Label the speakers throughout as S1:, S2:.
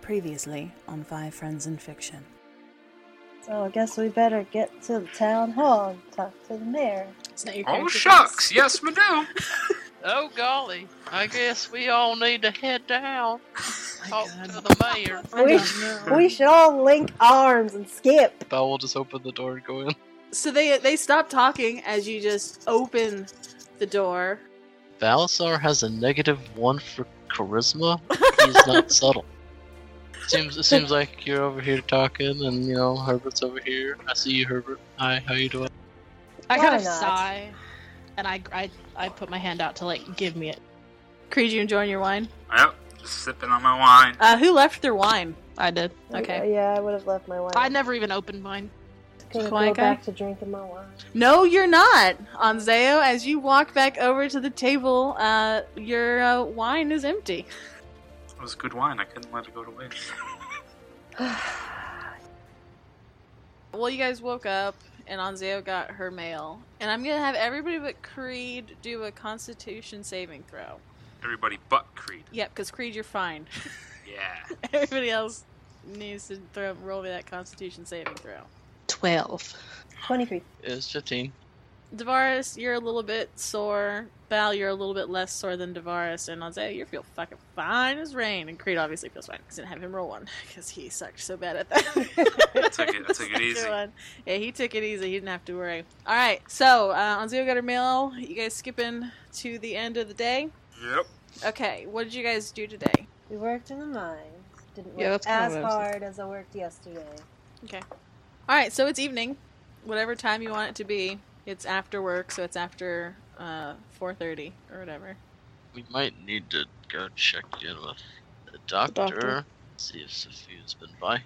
S1: Previously on Five Friends in Fiction.
S2: So I guess we better get to the town hall and talk to the mayor.
S1: It's not your
S3: Oh
S1: character
S3: shucks, yes we do.
S4: Oh golly, I guess we all need to head down,
S1: voice.
S5: Oh,
S4: talk
S1: My
S4: to
S1: God.
S4: the mayor.
S1: I
S2: We-
S1: don't know.
S2: We should all link arms and skip.
S6: Belle will just open the door and go in.
S5: So they they stop talking as you just open the door.
S6: Balasar has a negative one for charisma. He's not subtle. Seems it seems like you're over here talking, and you know Herbert's over here. I see you, Herbert. Hi, how you doing?
S7: I kind
S2: Why
S7: of
S2: not?
S7: sigh, and I, I I put my hand out to like give me it.
S5: Creed, you enjoying your wine?
S3: Yep, just sipping on my wine.
S5: Uh, who left their wine?
S7: I did. Okay.
S2: Yeah, I would have left my wine.
S7: I never even opened mine.
S2: Gonna
S5: Quiet
S2: go
S5: guy?
S2: back to drinking my wine.
S5: No, you're not, Anzeo. As you walk back over to the table, uh, your uh, wine is empty.
S3: It was good wine, I couldn't let it go to waste.
S5: Well, you guys woke up, and Anzeo got her mail, and I'm gonna have everybody but Creed do a Constitution saving throw.
S3: Everybody but Creed.
S5: Yep, because Creed, you're fine.
S3: Yeah.
S5: Everybody else needs to throw roll me that Constitution saving throw.
S7: Twelve.
S2: 23.
S6: It's fifteen.
S5: Davaris, you're a little bit sore. Val, you're a little bit less sore than Davaris. And Anzeo, you feel fucking fine as rain. And Creed obviously feels fine because didn't have him roll one because he sucked so bad at that.
S3: took it- I took it
S5: The
S3: easy.
S5: second one. Yeah, he took it easy. He didn't have to worry. All right, so uh, Anzeo got her mail. You guys skipping to the end of the day?
S3: Yep.
S5: Okay, what did you guys do today?
S2: We worked in the mines. Didn't work
S7: Yeah, that's kinda
S2: as
S7: what I was thinking.
S2: hard as I worked yesterday.
S5: All right, so it's evening, whatever time you want it to be. It's after work, so it's after uh, 4.30 or whatever.
S6: We might need to go check in with the doctor.
S7: doctor.
S6: See if Sophia's been by.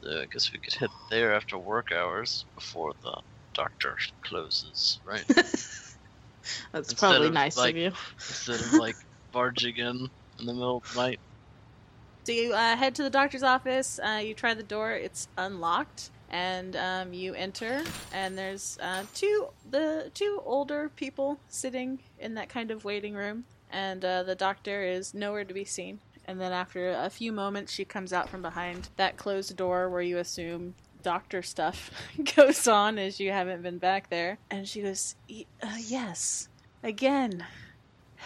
S6: So I guess we could head there after work hours before the doctor closes, right?
S7: That's
S6: Instead
S7: probably
S6: of,
S7: nice
S6: like-
S7: of you.
S6: Instead of like barging in in the middle of the night.
S5: So you uh, head to the doctor's office. Uh, you try the door; it's unlocked, and um, you enter. And there's uh, two the two older people sitting in that kind of waiting room, and uh, the doctor is nowhere to be seen. And then after a few moments, she comes out from behind that closed door where you assume doctor stuff goes on, as you haven't been back there. And she goes, "Y- uh, "Yes, again,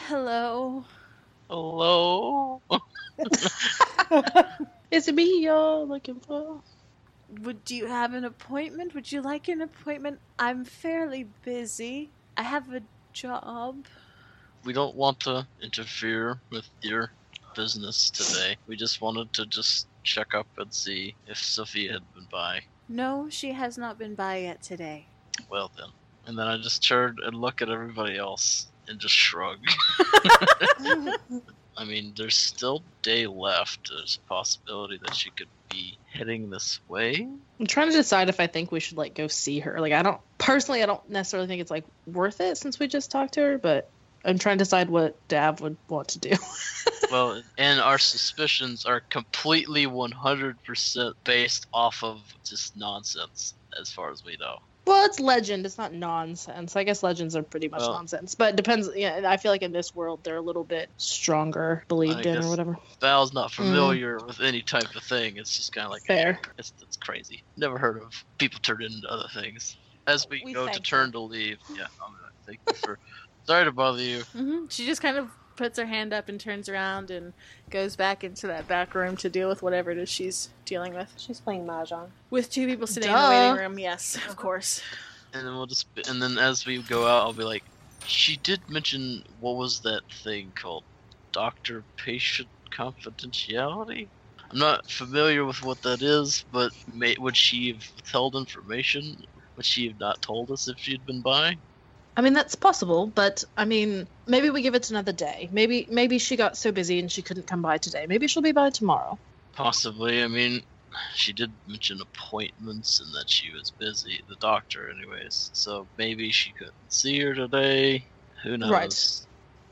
S5: hello."
S6: Hello.
S7: Is it me y'all looking for?
S5: Would do you have an appointment? Would you like an appointment? I'm fairly busy. I have a job.
S6: we don't want to interfere with your business today. We just wanted to just check up and see if Sophia had been by.
S5: No, she has not been by yet today.
S6: Well then. And then I just turned and look at everybody else and just shrug. I mean, there's still day left. There's a possibility that she could be heading this way.
S7: I'm trying to decide if I think we should like go see her. Like I don't personally, I don't necessarily think it's like worth it since we just talked to her, but I'm trying to decide what Dav would want to do.
S6: Well, and our suspicions are completely 100% based off of just nonsense, as far as we know.
S7: Well, it's legend. It's not nonsense. I guess legends are pretty much
S6: Well-
S7: nonsense, but it depends. Yeah, and I feel like in this world they're a little bit stronger believed in
S6: guess-
S7: or whatever.
S6: Val's not familiar with any type of thing. It's just kind of like
S7: Fair.
S6: It's, it's crazy. Never heard of people turn into other things. As we,
S5: We
S6: go to
S5: thank
S6: turn to leave, yeah, I'm gonna thank you for. Sorry to bother you.
S5: hmm She just kind of puts her hand up and turns around and goes back into that back room to deal with whatever it is she's dealing with.
S2: She's playing mahjong.
S5: With two people sitting in
S7: Duh.
S5: the waiting room, yes, of course.
S6: And then we'll just. be- And then as we go out, I'll be like, she did mention what was that thing called, doctor patient confidentiality. I'm not familiar with what that is, but may, would she have withheld information? Would she have not told us if she'd been by?
S7: I mean, that's possible, but I mean, maybe we give it another day. Maybe maybe she got so busy and she couldn't come by today. Maybe she'll be by tomorrow.
S6: Possibly. I mean, she did mention appointments and that she was busy, the doctor, anyways. So maybe she couldn't see her today. Who knows?
S7: Right.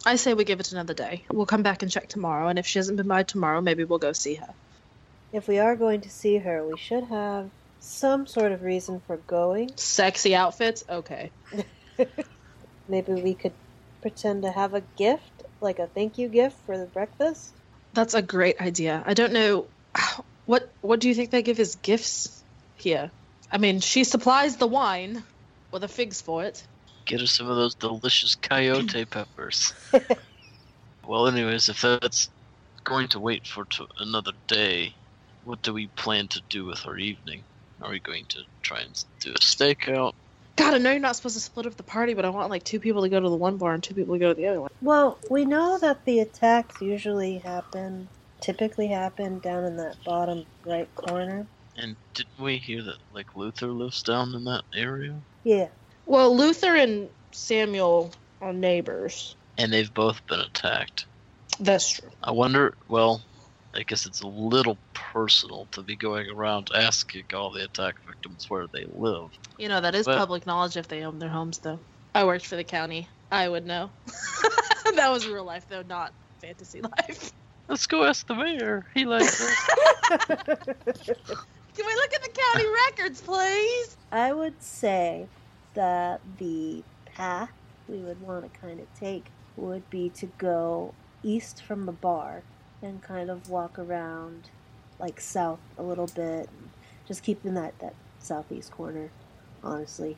S7: I say we give it another day. We'll come back and check tomorrow, and if she hasn't been by tomorrow, maybe we'll go see her.
S2: If we are going to see her, we should have some sort of reason for going.
S7: Sexy outfits? Okay.
S2: Maybe we could pretend to have a gift, like a thank you gift for the breakfast.
S7: That's a great idea. I don't know. What What do you think they give as gifts here? I mean, she supplies the wine or the figs for it.
S6: Get her some of those delicious coyote peppers. well, anyways, if that's going to wait for to another day, what do we plan to do with our evening? Are we going to try and do a stakeout?
S7: God, I know you're not supposed to split up the party, but I want like two people to go to the one bar and two people to go to the other one.
S2: Well, we know that the attacks usually happen, typically happen down in that bottom right corner.
S6: And didn't we hear that like Luther lives down in that area?
S2: Yeah.
S7: Well, Luther and Samuel are neighbors.
S6: And they've both been attacked.
S7: That's true.
S6: I wonder. Well, I guess it's a little personal to be going around asking all the attack victims where they live.
S7: You know, that is
S6: But-
S7: public knowledge if they own their homes, though. I worked for the county. I would know. that was real life, though, not fantasy life.
S6: Let's go ask the mayor. He likes us.
S7: Can we look at the county records, please?
S2: I would say that the path we would want to kind of take would be to go east from the bar and kind of walk around like south a little bit. Just keeping that, that southeast corner, honestly.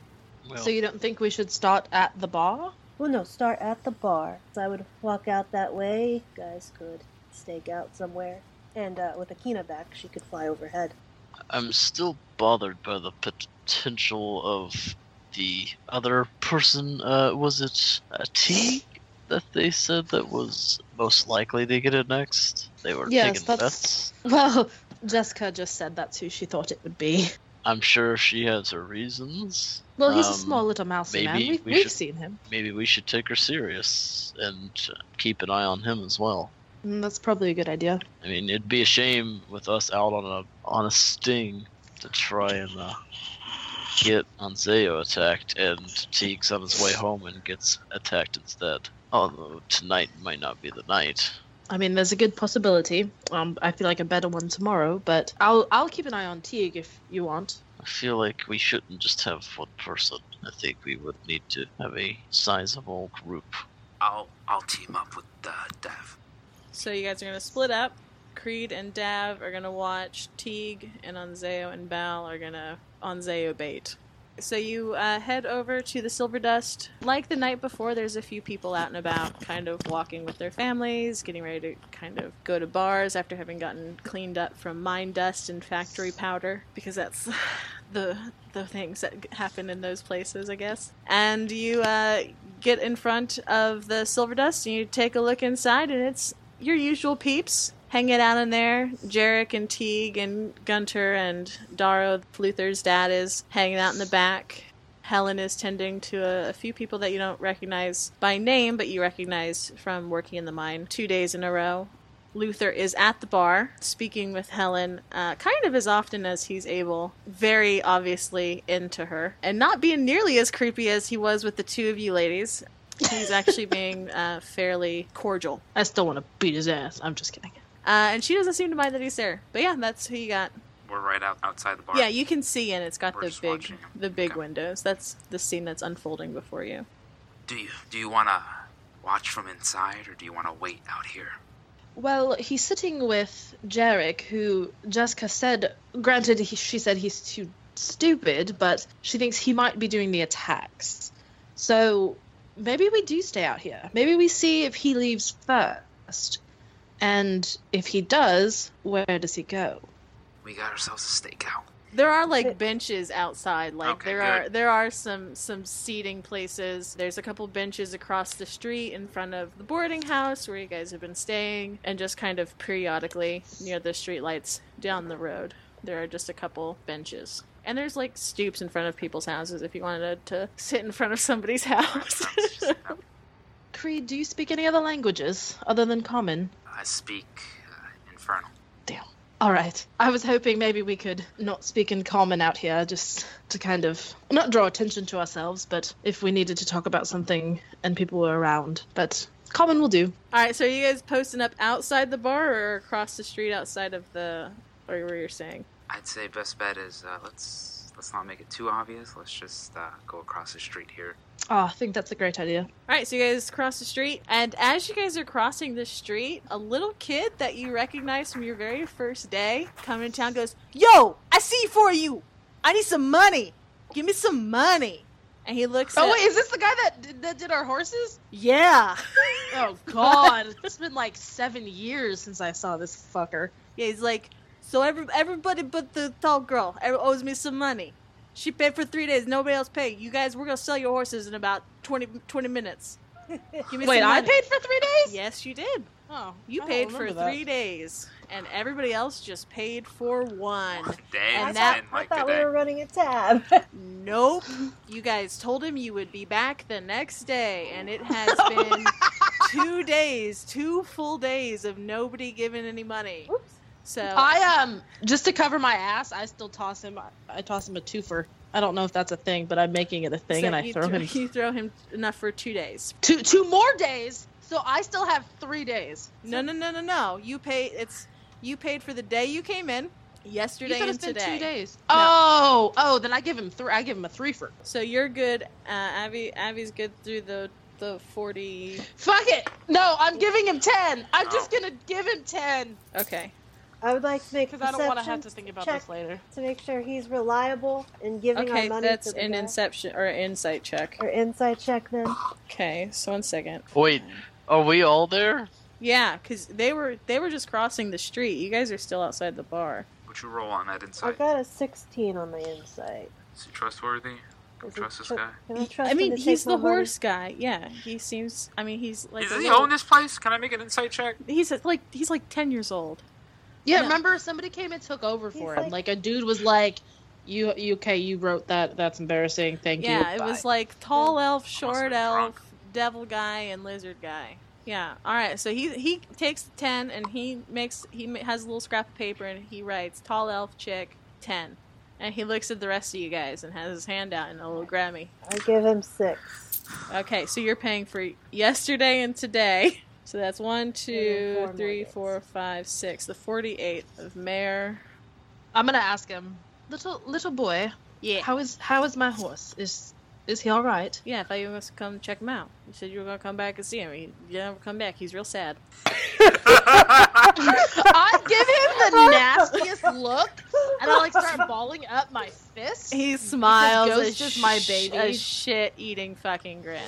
S6: well,
S7: So you don't think we should start at the bar?
S2: Well, no, start at the bar. So I would walk out that way. Guys could stake out somewhere. And uh, with Akina back, she could fly overhead.
S6: I'm still bothered by the potential of the other person. Uh, was it a T that they said that was most likely to get it next? They were
S7: Yes,
S6: taking
S7: that's-
S6: bets.
S7: Well, Jessica just said that's who she thought it would be.
S6: I'm sure she has her reasons.
S7: Well, he's a
S6: Um,
S7: small little mousey man.
S6: maybe
S7: We've,
S6: we
S7: we've
S6: should-
S7: seen him.
S6: Maybe we should take her serious and keep an eye on him as well.
S7: Mm, That's probably a good idea.
S6: I mean, it'd be a shame with us out on a on a sting to try and uh, get Anzeo attacked, and Teague's on his way home and gets attacked instead. Although tonight might not be the night.
S7: I mean, there's a good possibility. Um, I feel like a better one tomorrow, but I'll I'll keep an eye on Teague if you want.
S6: I feel like we shouldn't just have one person. I think we would need to have a sizable group.
S3: I'll I'll team up with uh, Dev.
S5: So you guys are gonna split up. Creed and Dav are gonna watch Teague, and Onzeo and Bal are gonna Onzeo bait. So you uh, head over to the Silver Dust. Like the night before, there's a few people out and about, kind of walking with their families, getting ready to kind of go to bars after having gotten cleaned up from mine dust and factory powder, because that's the the things that happen in those places, I guess. And you uh, get in front of the Silver Dust, and you take a look inside, and it's your usual peeps hanging out in there. Jarek and Teague and Gunter and Daro, Luther's dad, is hanging out in the back. Helen is tending to a, a few people that you don't recognize by name, but you recognize from working in the mine two days in a row. Luther is at the bar speaking with Helen, uh, kind of as often as he's able, very obviously into her, and not being nearly as creepy as he was with the two of you ladies. He's actually being uh, fairly cordial.
S7: I still want to beat his ass. I'm just kidding.
S5: Uh, and she doesn't seem to mind that he's there. But yeah, that's who you got.
S3: We're right out outside the bar.
S5: Yeah, you can see, and it's got
S3: We're
S5: the
S3: just
S5: big,
S3: watching him.
S5: the big
S3: Okay.
S5: windows. That's the scene that's unfolding before you.
S3: Do you do you wanna watch from inside or do you wanna wait out here?
S7: Well, he's sitting with Jarek, who Jessica said, granted, he, she said he's too stupid, but she thinks he might be doing the attacks. So maybe we do stay out here. Maybe we see if he leaves first. And if he does, where does he go?
S3: We got ourselves a stakeout.
S5: There are like
S2: Okay.
S5: benches outside. Like
S3: Okay,
S5: there
S3: good.
S5: are there are some some seating places. There's a couple benches across the street in front of the boarding house where you guys have been staying, and just kind of periodically near the streetlights down the road. There are just a couple benches. And there's like stoops in front of people's houses if you wanted to sit in front of somebody's house.
S7: Creed, do you speak any other languages other than common?
S3: I speak uh, infernal.
S7: All right. I was hoping maybe we could not speak in common out here, just to kind of not draw attention to ourselves, but if we needed to talk about something and people were around. But common will do.
S5: All right, so are you guys posting up outside the bar or across the street outside of the or where you're saying?
S3: I'd say best bet is uh, let's Let's not make it too obvious. Let's just uh, go across the street here.
S7: Oh, I think that's a great idea.
S5: All right, so you guys cross the street, and as you guys are crossing the street, a little kid that you recognize from your very first day coming to town goes, "Yo, I see for you. I need some money. Give me some money." And he looks.
S7: Oh
S5: at-
S7: wait, is this the guy that did- that did our horses?
S5: Yeah.
S7: Oh God, it's been like seven years since I saw this fucker.
S5: Yeah, he's like, so every, everybody but the tall girl ev- owes me some money. She paid for three days. Nobody else paid. You guys, we're gonna sell your horses in about 20, 20 minutes. Give me
S7: Wait,
S5: some
S7: I
S5: money.
S7: paid for three days.
S5: Yes, you did.
S7: Oh,
S5: You
S7: I don't
S5: paid for
S7: remember that.
S5: three days, and everybody else just paid for one.
S3: Day
S5: And
S3: it's
S5: that-
S3: been
S2: I
S3: like a
S2: thought we
S3: day.
S2: were running a tab.
S5: Nope. You guys told him you would be back the next day, and it has been two days, two full days of nobody giving any money.
S2: Oops.
S5: So
S7: I um just to cover my ass, I still toss him. I toss him a twofer. I don't know if that's a thing, but I'm making it a thing,
S5: so
S7: and I
S5: you
S7: throw him
S5: You throw him enough for two days.
S7: two two more days. So I still have three days.
S5: No, no, no, no, no. You pay. It's you paid for the day you came in, yesterday
S7: you said
S5: and
S7: it's been
S5: today.
S7: two days. Oh, oh, then I give him three. I give him a threefer.
S5: So you're good. Uh, Abby, Abby's good through the the forty.
S7: Fuck it. No, I'm giving him ten. I'm just
S3: Oh.
S7: gonna give him ten
S5: Okay.
S2: I would like to make
S7: because I don't want to have to
S2: perceptions
S7: think about
S2: check
S7: this later.
S2: to make sure he's reliable and giving
S5: Okay,
S2: our money
S5: that's
S2: to the
S5: an
S2: guy.
S5: inception or insight check.
S2: or insight check then.
S5: Okay, so one second.
S6: Wait, are we all there?
S5: Yeah, because they were they were just crossing the street. You guys are still outside the bar.
S3: Would you roll on that
S2: I
S3: insight?
S2: got a 16 on my insight.
S3: Is he trustworthy?
S2: Is
S3: Trust
S2: it
S3: this
S2: tru-
S3: guy?
S2: Can I, trust
S5: I
S2: him
S5: mean,
S2: to take
S5: he's the
S2: my money?
S5: horse guy. Yeah, he seems. I mean, he's like.
S3: Does
S5: a
S3: he
S5: little-
S3: own this place? Can I make an insight check?
S5: He's like he's like ten years old.
S7: Yeah,
S5: No.
S7: remember somebody came and took over for
S2: He's
S7: him. Like, a dude was like, "You, you okay? You wrote that. That's embarrassing. Thank you."
S5: Yeah, it was
S7: Bye."
S5: like tall elf, short
S3: been
S5: elf,
S3: drunk.
S5: devil guy, and lizard guy. Yeah. All right. So he he takes the ten and he makes he ma- has a little scrap of paper and he writes tall elf chick ten, and he looks at the rest of you guys and has his hand out and a little Grammy.
S2: I give him six.
S5: Okay, so you're paying for yesterday and today. So that's one,
S2: four
S5: two,
S2: more
S5: three,
S2: days.
S5: four, five, six. The forty-eighth of Mayor.
S7: I'm gonna ask him, little little boy,
S5: Yeah.
S7: how is how is my horse? Is is he all right?
S5: Yeah, I thought you were going to come check him out. You said you were going to come back and see him. You you never come back. He's real sad.
S7: I give him the nastiest look, and I like start balling up my fist.
S5: He smiles.
S7: ghost
S5: a
S7: is my
S5: sh-
S7: baby.
S5: A shit-eating fucking grin.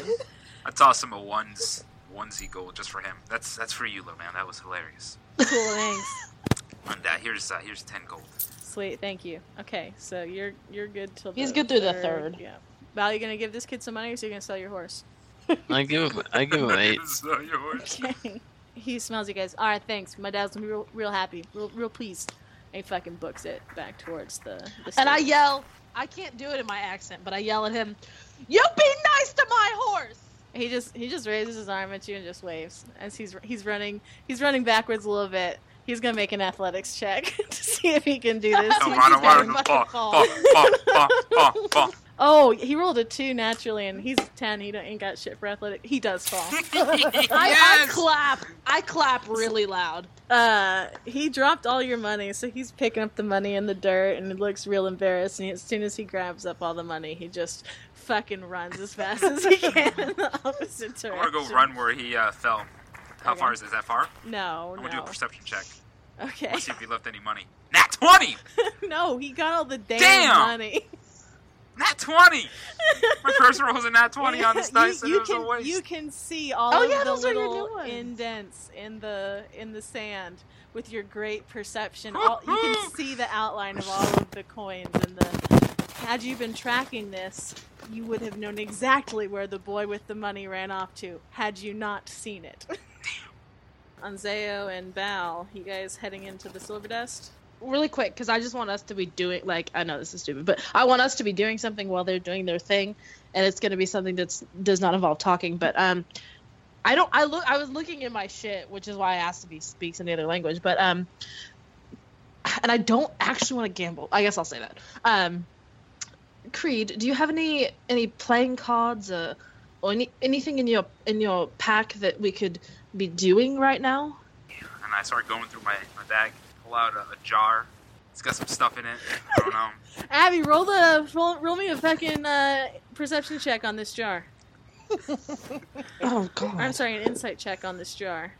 S3: I toss him a ones onesie gold just for him. That's that's for you, little man. That was hilarious.
S5: cool, thanks.
S3: And uh, here's uh, here's ten gold.
S5: Sweet, thank you. Okay, so you're you're good till.
S7: He's
S5: the
S7: good through the third.
S5: Yeah. Val, you gonna give this kid some money, or is he gonna sell your horse?
S6: I give him. I give him eight.
S3: Is that yours?
S5: Okay. He smells you guys. All right, thanks. My dad's gonna be real, real happy, real, real pleased. And he fucking books it back towards the. the
S7: And I
S5: stable.
S7: yell, I can't do it in my accent, but I yell at him, "You be nice to my horse."
S5: He just he just raises his arm at you and just waves as he's he's running he's running backwards a little bit. He's gonna make an athletics check to see if he can do this.
S3: Come
S7: He's
S3: on,
S7: gonna
S3: I want
S7: fucking
S3: to
S7: fall.
S3: fall, fall, fall, fall, fall.
S5: Oh, he rolled a two naturally, and he's ten. He don't, ain't got shit for athletic. He does fall.
S7: I, I
S3: Yes!
S7: clap. I clap really loud.
S5: uh, he dropped all your money, so he's picking up the money in the dirt, and it looks real embarrassed. And as soon as he grabs up all the money, he just fucking runs as fast as he can in the opposite
S3: I
S5: direction.
S3: want to go run where he uh, fell. How
S5: Okay.
S3: far is it? Is that far?
S5: No,
S3: I want to do
S5: no.
S3: a perception check.
S5: Okay.
S3: Let's see if he left any money. Nat 20!
S5: no, he got all the damn,
S3: Damn!
S5: money.
S3: Nat 20! My first roll was a nat 20 on this
S5: You-
S3: dice,
S5: you,
S3: and it was
S5: can,
S3: a waste.
S5: You can see all
S7: Oh,
S5: of
S7: yeah,
S5: the
S7: those are your new
S5: little
S7: ones.
S5: indents in the in the sand with your great perception. All, you can see the outline of all of the coins and the. Had you been tracking this, you would have known exactly where the boy with the money ran off to. Had you not seen it. Anzeo and Val, you guys heading into the Silver Dust?
S7: really quick because I just want us to be doing like I know this is stupid, but I want us to be doing something while they're doing their thing, and it's going to be something that's does not involve talking. But um, I don't. I look. I was looking in my shit, which is why I asked if he speaks any other language. But um, and I don't actually want to gamble. I guess I'll say that. Um, Creed, do you have any any playing cards uh, or any, anything in your in your pack that we could be doing right now?
S3: and I start going through my, my bag, pull out a, a jar It's got some stuff in it. I don't know.
S5: Abby, roll the roll, roll me a fucking uh, perception check on this jar.
S7: Oh god.
S5: Or, I'm sorry, an insight check on this jar.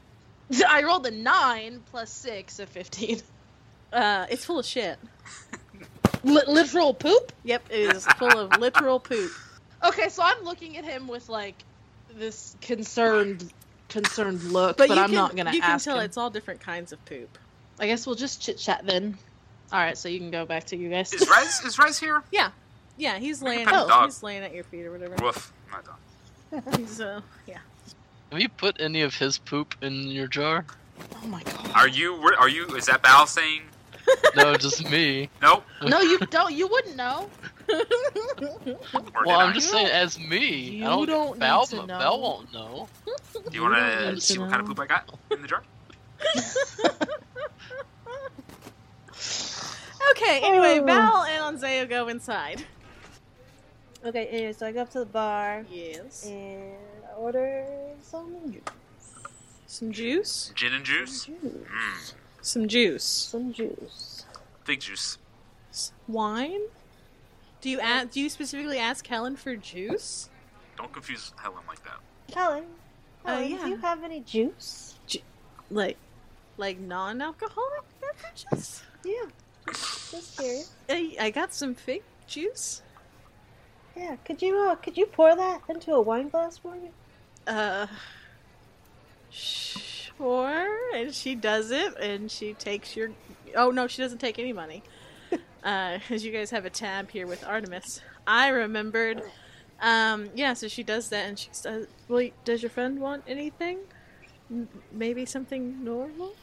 S7: I rolled a nine plus six, so fifteen.
S5: Uh, it's full of shit.
S7: Li- literal poop.
S5: Yep, it is full of literal poop.
S7: Okay, so I'm looking at him with like this concerned, concerned look,
S5: But,
S7: but,
S5: you
S7: I'm
S5: can,
S7: not gonna
S5: You can
S7: ask
S5: tell
S7: him.
S5: it's all different kinds of poop.
S7: I guess we'll just chit chat then. All right, so you can go back to you guys.
S3: Is Rice is Rice here?
S5: Yeah, he's
S3: Like a
S5: laying. oh,
S3: pet dog.
S5: He's laying at your feet or whatever.
S3: Woof. Not done.
S5: He's uh, yeah.
S6: Have you put any of his poop in your jar?
S7: oh my god.
S3: Are you? were- Are you? Is that Bal saying?
S6: No, just me.
S3: Nope.
S7: No, you don't. You wouldn't know.
S3: Or
S6: Well,
S3: did
S6: I'm
S3: I?
S6: just saying, as me,
S7: You
S6: I don't.
S7: don't
S6: Val,
S7: need to know.
S6: Val won't know.
S3: Do you want
S7: You don't
S3: to
S7: need
S3: see
S7: to
S3: what kind of
S7: know.
S3: poop I got in the jar?
S5: Okay. Anyway, Val and Anzeo go inside.
S2: Okay, anyway, so I go up to the bar
S5: Yes.
S2: and I order some juice.
S5: Some juice.
S3: Gin and juice.
S2: Some juice.
S3: Mm,
S5: Some juice.
S2: Some juice.
S3: fig juice.
S5: Wine. Do you ask, do you specifically ask Helen for juice?
S3: Don't confuse Helen like that.
S2: Helen,
S5: Oh,
S2: Helen
S5: yeah.
S2: do you have any juice?
S5: Like, like non-alcoholic beverages?
S2: Yeah. Just curious.
S5: I, I got some fig juice.
S2: Yeah, could you uh, could you pour that into a wine glass for me?
S5: Uh, sure. And she does it, and she takes your. Oh no, she doesn't take any money. Uh, as you guys have a tab here with Artemis, I remembered. Um, yeah, so she does that, and she says, "Well, does your friend want anything? M- maybe something normal."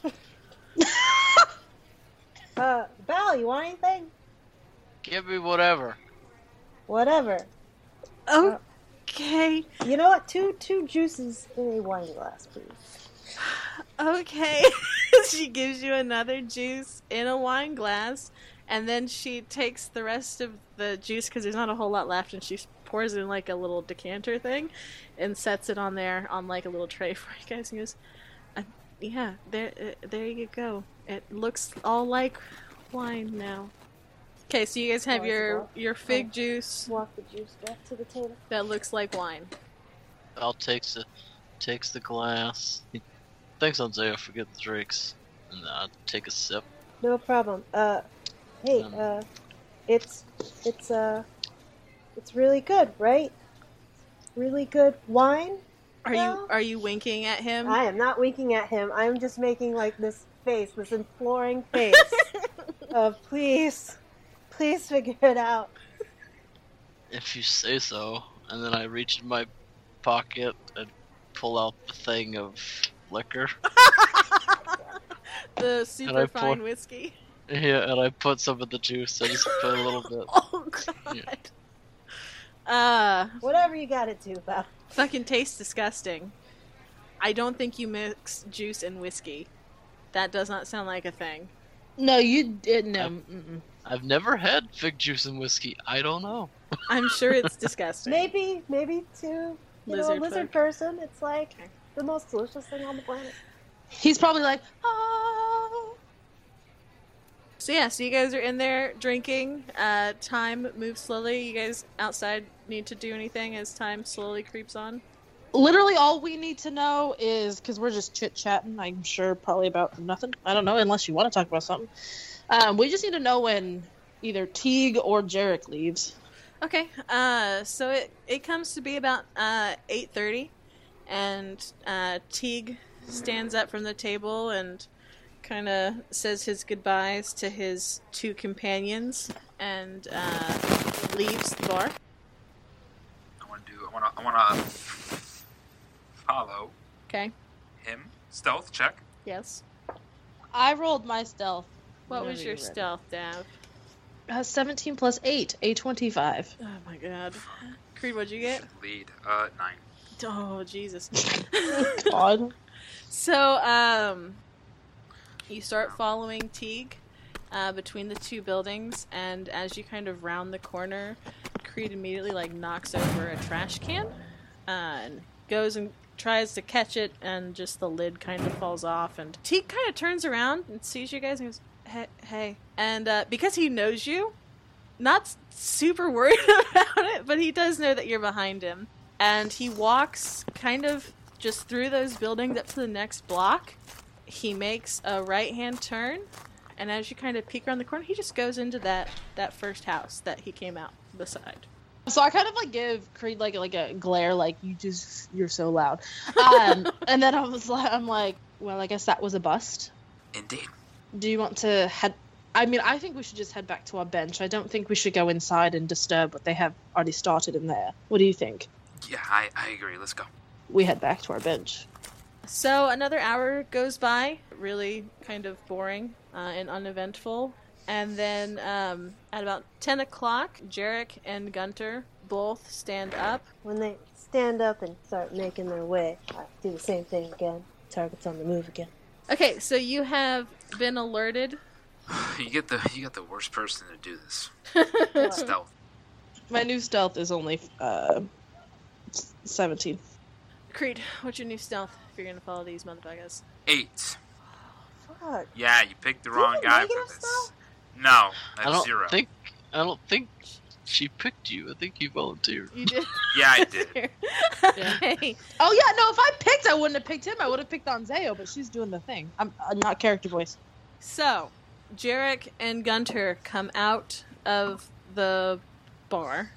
S2: Uh, Val, you want anything?
S6: Give me whatever.
S2: Whatever.
S5: Okay,
S2: You know what? Two two juices in a wine glass, please.
S5: okay. she gives you another juice in a wine glass, and then she takes the rest of the juice because there's not a whole lot left, and she pours it in like a little decanter thing, and sets it on there on like a little tray for you guys. And goes, "Uh, "Yeah, there, uh, there you go. It looks all like wine now." Okay, so you guys have
S2: Oh, I
S5: your
S2: forgot.
S5: your fig juice
S2: Walk the juice back to the table.
S5: that looks like wine.
S6: Val takes the takes the glass. He thanks, Isaiah, for getting the drinks. And I take a sip.
S2: No problem. Uh, hey,
S6: Um.
S2: uh, it's it's uh, it's really good, right? Really good wine.
S5: Are you
S2: Well-
S5: are you winking at him?
S2: I am not winking at him. I'm just making like this face, this imploring face of please, please figure it out.
S6: If you say so. And then I reach in my pocket and pull out the thing of liquor.
S5: the
S6: I
S5: super
S6: pour-
S5: fine whiskey.
S6: Yeah, and I put some of the juice. I just put a little bit.
S5: Oh god. Uh,
S2: Whatever you got to do, Val.
S5: fucking tastes disgusting. I don't think you mix juice and whiskey. That does not sound like a thing.
S7: No, you didn't.
S6: I-
S7: No. mm-mm.
S6: I've never had fig juice and whiskey. I don't know.
S5: I'm sure it's disgusting.
S2: Maybe, maybe to you know, a
S5: Lizard
S2: lizard
S5: folk.
S2: person, it's like
S5: Okay.
S2: the most delicious thing on the planet.
S7: He's probably like, oh.
S5: So yeah, so you guys are in there drinking. Uh, time moves slowly. You guys outside need to do anything as time slowly creeps on.
S7: Literally, all we need to know is because we're just chit chatting. I'm sure probably about nothing. I don't know unless you want to talk about something. Um, we just need to know when either Teague or Jarek leaves.
S5: Okay. Uh, so it it comes to be about uh, eight thirty, and uh, Teague stands up from the table and kind of says his goodbyes to his two companions and uh, leaves the bar.
S3: I want to do. I want to. I want to follow
S5: Okay.
S3: him. Stealth check.
S5: Yes.
S7: I rolled my stealth.
S5: What was
S7: Whenever
S5: your
S7: you're ready.
S5: stealth, Dav?
S7: Uh, 17 plus 8, a 25.
S5: Oh my God. Creed, what'd you get?
S3: Should lead. Uh, nine.
S5: Oh Jesus.
S7: God.
S5: So, um, you start following Teague uh, between the two buildings, and as you kind of round the corner, Creed immediately like knocks over a trash can uh, and goes and tries to catch it, and just the lid kind of falls off. And Teague kind of turns around and sees you guys and goes, hey, hey. And uh, because he knows you, not s- super worried about it, but he does know that you're behind him. And he walks kind of just through those buildings up to the next block. He makes a right hand turn, and as you kind of peek around the corner, he just goes into that, that first house that he came out beside.
S7: So I kind of like give Creed like like a glare, like you just you're so loud, um, and then I was like, I'm like, well, I guess that was a bust.
S3: Indeed.
S7: Do you want to head? I mean, I think we should just head back to our bench. I don't think we should go inside and disturb what they have already started in there. What do you think?
S3: Yeah, I, I agree. Let's go.
S7: We head back to our bench.
S5: So another hour goes by, really kind of boring uh, and uneventful. And then um, at about 10 o'clock, Jarek and Gunter both stand up.
S2: When they stand up and start making their way, I do the same thing again. Target's on the move again.
S5: Okay, so you have been alerted.
S3: You get the you got the worst person to do this. Stealth.
S7: My new stealth is only uh, s- seventeen.
S5: Creed, what's your new stealth if you're going to follow these motherfuckers?
S3: Eight.
S2: Fuck.
S3: Yeah, you picked the wrong
S2: have a
S3: guy
S2: negative
S3: for this.
S2: stealth?
S3: No, that's
S6: I don't
S3: zero.
S6: think I don't think she picked you. I think you volunteered.
S5: You did.
S3: Yeah, I did.
S5: okay.
S7: Oh yeah, no. If I picked, I wouldn't have picked him. I would have picked Anzeo, but she's doing the thing. I'm, I'm not character voice.
S5: So, Jarek and Gunter come out of the bar.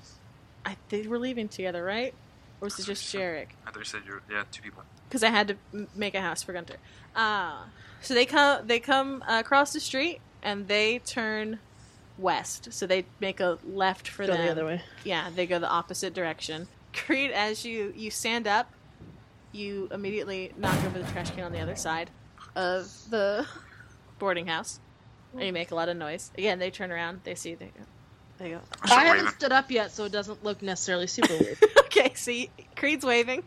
S5: I, they were leaving together, right? Or was it just Jarek?
S3: I thought you said you're yeah two people.
S5: because I had to m- make a house for Gunter. Uh, so they come they come uh, across the street and they turn west. So they make a left for
S7: Go
S5: them.
S7: the other way.
S5: Yeah, they go the opposite direction. Creed, as you you stand up, you immediately knock over the trash can on the other side of the boarding house, and you make a lot of noise. Again, they turn around. They see they go. They go.
S3: I'm
S7: I
S3: sorry,
S7: haven't
S3: Raven.
S7: stood up yet, so it doesn't look necessarily super weird.
S5: okay, see, Creed's waving.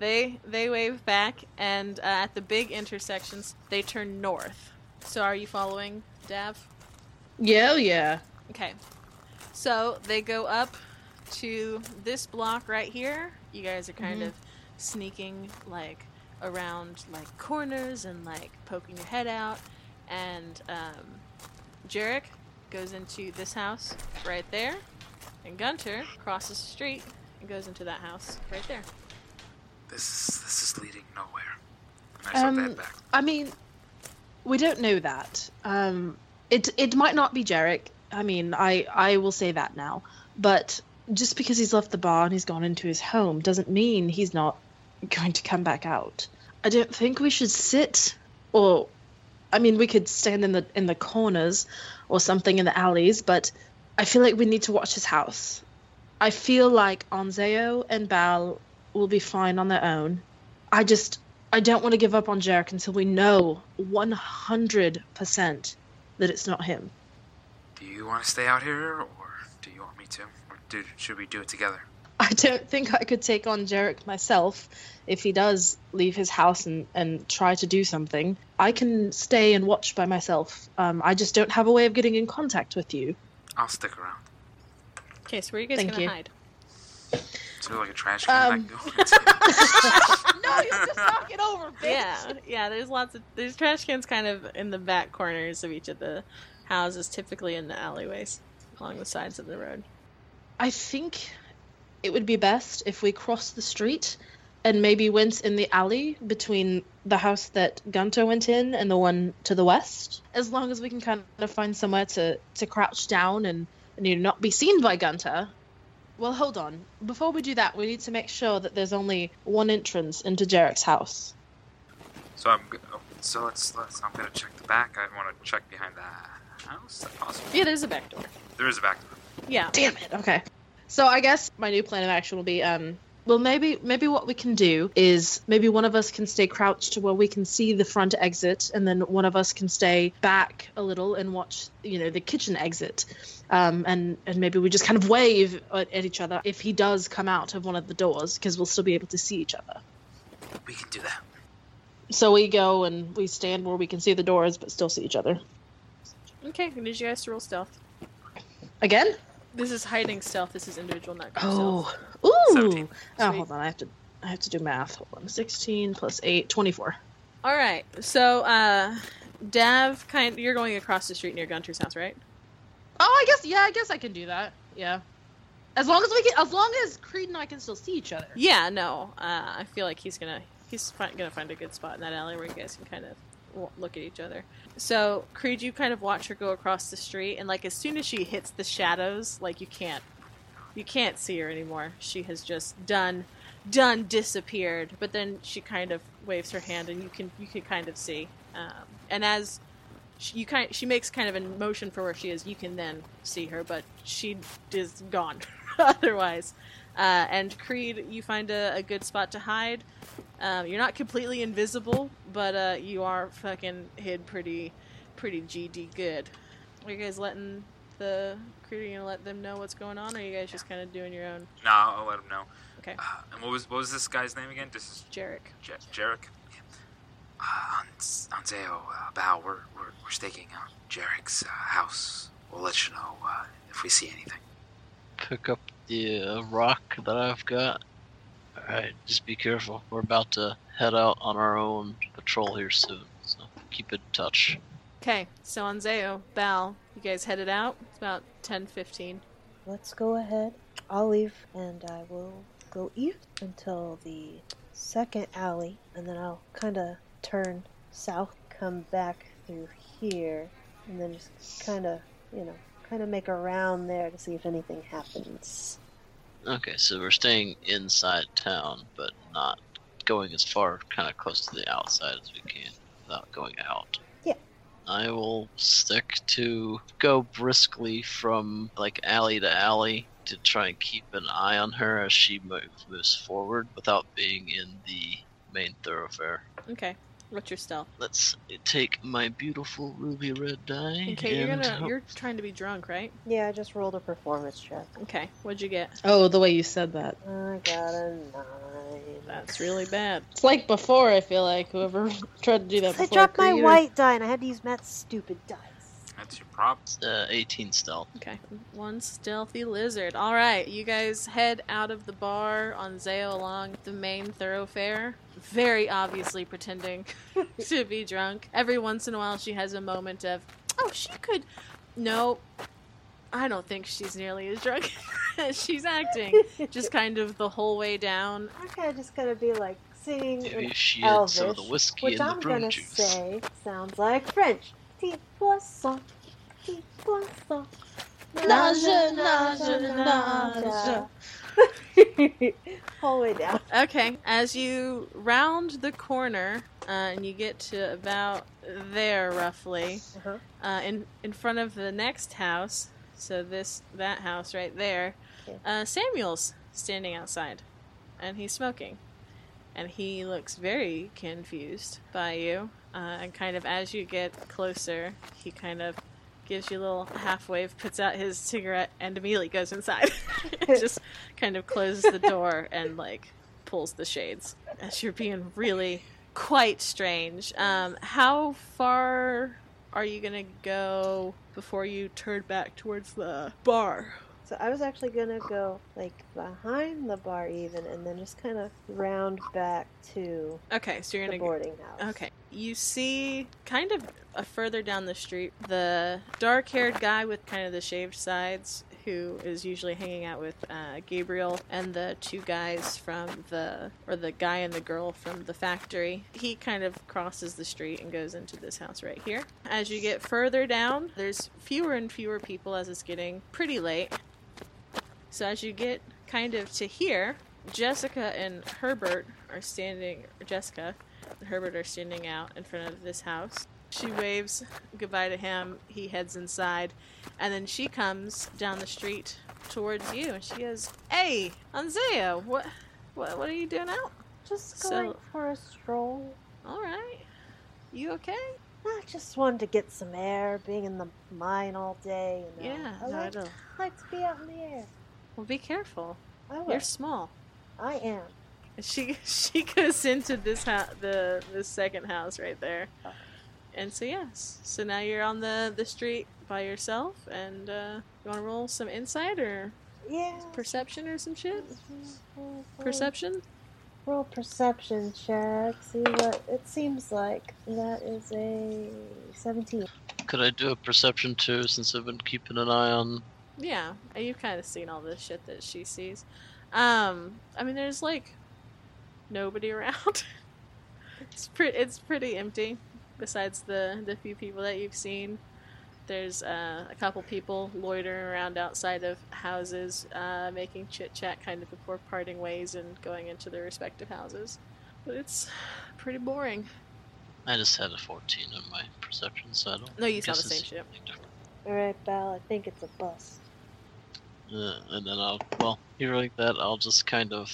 S5: They they wave back, and uh, at the big intersections, they turn north. So are you following, Dav?
S7: yeah, oh, yeah.
S5: Okay. So they go up to this block right here. You guys are kind of sneaking like around like corners and like poking your head out. And um, Jarek goes into this house right there, and Gunter crosses the street and goes into that house right there.
S3: This is this is leading nowhere. And I set
S7: Um,
S3: that back.
S7: I mean, we don't know that. Um, it it might not be Jarek. I mean, I I will say that now. But just because he's left the bar and he's gone into his home doesn't mean he's not going to come back out. I don't think we should sit or I mean, we could stand in the in the corners or something in the alleys, but I feel like we need to watch his house. I feel like Anzeo and Bal will be fine on their own. I just I don't want to give up on Jarek until we know 100% that it's not him.
S3: Do you want to stay out here, or do you want me to, or do, should we do it together?
S7: I don't think I could take on Jarek myself if he does leave his house and, and try to do something. I can stay and watch by myself. Um, I just don't have a way of getting in contact with you.
S3: I'll stick around.
S5: Okay, so where are you guys
S7: Thank
S5: gonna
S7: you.
S5: hide?
S3: Is there like a trash can
S7: Um.
S3: I can go into?
S7: No, you just knock it over, bitch.
S5: Yeah, yeah. There's lots of there's trash cans kind of in the back corners of each of the houses, typically in the alleyways along the sides of the road.
S7: I think it would be best if we cross the street and maybe went in the alley between the house that Gunter went in and the one to the west. As long as we can kind of find somewhere to, to crouch down and, and you know, not be seen by Gunter. Well, hold on. Before we do that, we need to make sure that there's only one entrance into Jarek's house.
S3: so I'm go- oh, so let's let's. I'm gonna check the back. I want to check behind the house. Is that possible?
S5: Yeah, there's a back door.
S3: There is a back door.
S5: Yeah.
S7: Damn it. Okay. So I guess my new plan of action will be um well maybe maybe what we can do is maybe one of us can stay crouched to where we can see the front exit and then one of us can stay back a little and watch you know the kitchen exit um, and and maybe we just kind of wave at, at each other if he does come out of one of the doors because we'll still be able to see each other
S3: We can do that.
S7: so we go and we stand where we can see the doors but still see each other
S5: Okay. I need you guys to roll stealth.
S7: again
S5: This is hiding stealth. This is individual, not group
S7: oh
S5: stealth.
S7: ooh
S3: 17.
S7: oh
S5: Sweet.
S7: hold on i have to i have to do math hold on 16 plus 8 24
S5: All right. So uh, Dav, kind you're going across the street near Gunter's house, right?
S7: Oh, I guess yeah, I guess I can do that. Yeah. As long as we can, as long as Creed and I can still see each other.
S5: Yeah, no. Uh, I feel like he's gonna he's fi- gonna find a good spot in that alley where you guys can kind of w- look at each other. So Creed, you kind of watch her go across the street, and like as soon as she hits the shadows, like you can't you can't see her anymore. She has just done done disappeared. But then she kind of waves her hand, and you can you can kind of see. Um, and as she, you kind she makes kind of a motion for where she is, you can then see her, but she is gone otherwise. Uh, and Creed, you find a, a good spot to hide. Um, you're not completely invisible, but uh, you are fucking hid pretty, pretty GD good. Are you guys letting the Creed? Are you gonna let them know what's going on, or are you guys just kind of doing your own?
S3: No, I'll let him know.
S5: Okay.
S3: Uh, and what was what was this guy's name again? This is
S5: Jarek.
S3: Je- Jarek. Uh, on Anzeo, uh, Bao, we're, we're, we're staking out Jarek's uh, house. We'll let you know uh, if we see anything.
S6: Pick up the uh, rock that I've got. Alright, just be careful. We're about to head out on our own patrol here soon, so keep in touch.
S5: Okay, so on Zeo, Bal, you guys headed out. It's about ten fifteen.
S2: Let's go ahead. I'll leave and I will go east until the second alley and then I'll kind of turn south, come back through here, and then just kind of, you know, kind of make a round there to see if anything happens.
S6: Okay, so we're staying inside town, but not going as far, kind of close to the outside as we can without going out.
S2: Yeah.
S6: I will stick to go briskly from like alley to alley to try and keep an eye on her as she mo- moves forward without being in the main thoroughfare.
S5: Okay, what's your stealth?
S6: Let's take my beautiful ruby red die.
S5: Okay, you're
S6: and
S5: gonna
S6: hope-
S5: you're trying to be drunk, right?
S2: Yeah, I just rolled a performance check.
S5: Okay, what'd you get?
S7: Oh, the way you said that.
S2: I got a nine.
S5: That's really bad.
S7: It's like before. I feel like whoever tried to do that.
S2: I
S7: Before
S2: dropped my
S7: Creed or-
S2: white die and I had to use Matt's stupid dice.
S3: That's your problem.
S6: uh, 18 stealth.
S5: Okay. One stealthy lizard. All right, you guys head out of the bar on Zeo along the main thoroughfare, very obviously pretending to be drunk. Every once in a while, she has a moment of, oh, she could. No, I don't think she's nearly as drunk as she's acting. Just kind of the whole way down.
S2: I'm kind of just gonna be like singing in
S6: Maybe she had
S2: Elvish,
S6: some of the whiskey
S2: which
S6: and the
S2: I'm
S6: prune
S2: gonna
S6: juice.
S2: say sounds like French. Petit poisson, petit poisson.
S7: Nage, nage,
S2: nage. All the way down.
S5: Okay, as you round the corner uh, and you get to about there roughly,
S2: Uh-huh.
S5: uh, in in front of the next house. So this that house right there,
S2: Yeah.
S5: uh, Samuel's standing outside, and he's smoking, and he looks very confused by you. Uh, and kind of as you get closer, he kind of gives you a little half wave, puts out his cigarette, and immediately goes inside. Just kind of closes the door and like pulls the shades as you're being really quite strange. Um, how far are you gonna go before you turn back towards the bar?
S2: So I was actually gonna go like behind the bar even, and then just kind of round back to
S5: Okay, so you're gonna
S2: the
S5: go.
S2: boarding house.
S5: Okay, you see kind of uh, further down the street the dark-haired guy with kind of the shaved sides who is usually hanging out with uh, Gabriel and the two guys from the or the guy and the girl from the factory. He kind of crosses the street and goes into this house right here. As you get further down, there's fewer and fewer people as it's getting pretty late. So as you get kind of to here, Jessica and Herbert are standing. Jessica and Herbert are standing out in front of this house. She waves goodbye to him. He heads inside, and then she comes down the street towards you, and she goes, "Hey, Anzeo, what, what, what are you doing out?
S2: Just
S5: So-
S2: going for a stroll.
S5: All right, you okay?
S2: I just wanted to get some air, being in the mine all day. You know.
S5: Yeah,
S2: I
S5: no, I
S2: like,
S5: don't.
S2: like to be out in the air.
S5: Well, be careful.
S2: I will.
S5: You're small."
S2: I am.
S5: And she she goes into this house, the the second house right there,
S2: Oh.
S5: and so yes, so now you're on the the street by yourself, and uh, you want to roll some insight or
S2: Yeah.
S5: Mm. perception or some shit. Perception.
S2: Roll perception check. See what it seems like. That is a 17.
S6: Could I do a perception too, since I've been keeping an eye on?
S5: Yeah, you've kind of seen all this shit that she sees. Um, I mean, there's like nobody around. it's pretty. It's pretty empty. Besides the the few people that you've seen, there's uh, a couple people loitering around outside of houses, uh, making chit chat, kind of before parting ways and going into their respective houses. But it's pretty boring.
S6: I just had a 14 on my perception, so I don't.
S5: No, you saw the
S6: guess
S5: same
S6: it's
S5: shit.
S6: anything different.
S2: Alright, Bal, I think it's a bust.
S6: Uh, and then I'll well, here like that, I'll just kind of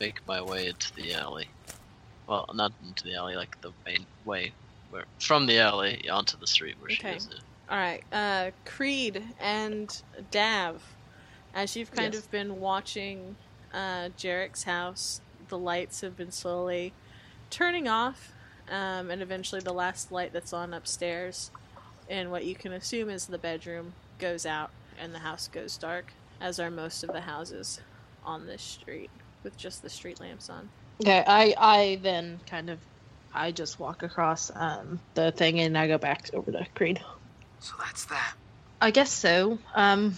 S6: make my way into the alley. Well, not into the alley, like the main way, where from the alley onto the street where
S5: Okay.
S6: she is. uh,
S5: All right, uh, Creed and Dav, as you've kind
S7: Yes.
S5: of been watching uh, Jarek's house, the lights have been slowly turning off, um, and eventually the last light that's on upstairs, in what you can assume is the bedroom, goes out and the house goes dark, as are most of the houses on this street, with just the street lamps on.
S7: Okay, I I then kind of I just walk across um the thing and I go back over to Creed.
S3: So that's that.
S7: I guess so. Um,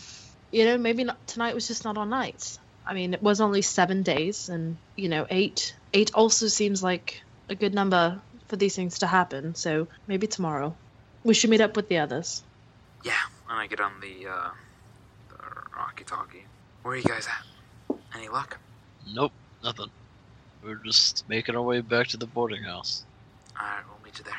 S7: you know, maybe not tonight was just not our night. I mean, it was only seven days, and you know, eight eight also seems like a good number for these things to happen. So maybe tomorrow we should meet up with the others.
S3: Yeah, and I get on the, uh, the Rocky Talkie. Where are you guys at? Any luck?
S6: Nope, nothing. We're just making our way back to the boarding house.
S3: Alright, we'll meet you there.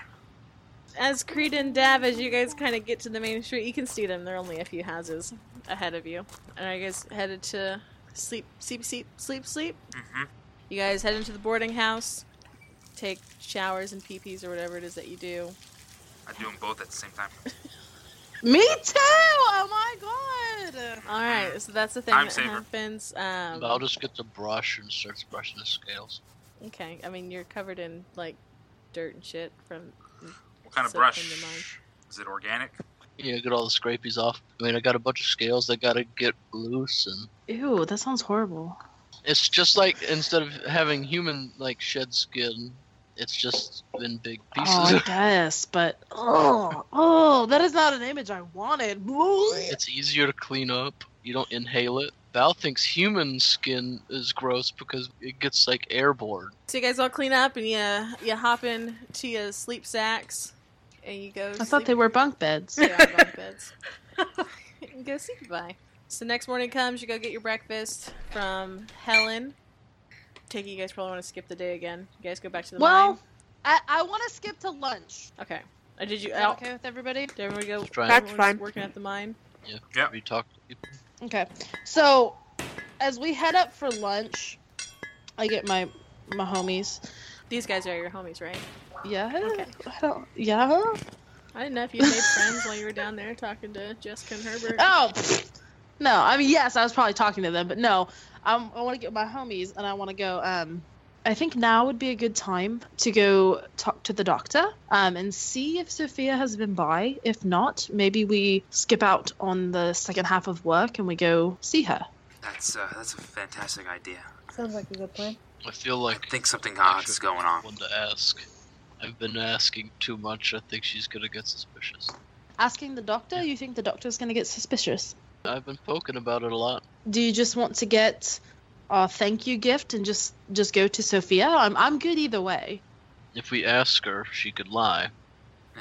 S5: As Creed and Dav, as you guys kind of get to the main street, you can see them. They're only a few houses ahead of you. And are you guys headed to sleep, sleep, sleep, sleep, sleep?
S3: Mm-hmm.
S5: You guys head into the boarding house, take showers and pee-pees or whatever it is that you do.
S3: I do them both at the same time.
S7: Me too. Oh my god.
S5: All right, so that's the thing
S3: I'm
S5: that
S3: saver.
S5: happens. Um,
S6: I'll just get the brush and start brushing the scales.
S5: okay, I mean you're covered in like dirt and shit from.
S3: What kind of
S5: Soap in your mind.
S3: brush? Is it organic?
S6: Yeah, get all the scrapies off. I mean, I got a bunch of scales that gotta get loose, and
S7: Ew, that sounds horrible.
S6: it's just like instead of having human like shed skin, it's just in big
S7: Oh,
S6: pieces.
S7: I guess, but oh, oh, that is not an image I wanted.
S6: it's easier to clean up. You don't inhale it. Val thinks human skin is gross because it gets like airborne.
S5: So you guys all clean up and you you hop in to your sleep sacks and you go.
S7: I thought they were bunk beds.
S5: Stay out of bunk beds. You go sleep by. So next morning comes, you go get your breakfast from Helen. Take it you guys probably want to skip the day again. You guys go back to the
S7: Well,
S5: mine.
S7: I, I want to skip to lunch.
S5: Okay. Uh, did you?
S7: Is that
S5: Oh,
S7: okay with everybody?
S5: Did everyone go?
S6: Try
S5: everyone's
S8: fine.
S5: Working at the mine.
S3: Yep.
S6: We talked.
S7: Okay. So, as we head up for lunch, I get my my homies.
S5: These guys are your homies, right?
S7: Yeah.
S5: Okay.
S7: I don't- yeah.
S5: I didn't know if you made friends while you were down there talking to Jessica and Herbert.
S7: Oh. pfft. No. I mean, yes, I was probably talking to them, but no. Um, I want to get my homies, and I want to go. Um, I think now would be a good time to go talk to the doctor. Um, and see if Sophia has been by. If not, maybe we skip out on the second half of work and we go see her.
S3: That's uh, that's a fantastic idea.
S2: Sounds like a good plan.
S6: I feel
S3: I
S6: like
S3: think something odd's going on.
S6: One to ask. I've been asking too much. I think she's gonna get suspicious.
S7: Asking the doctor, you think the doctor's going to get suspicious?
S6: I've been poking about it a lot.
S7: do you just want to get our thank you gift and just just go to Sophia? I'm I'm good either way.
S6: If we ask her, she could lie.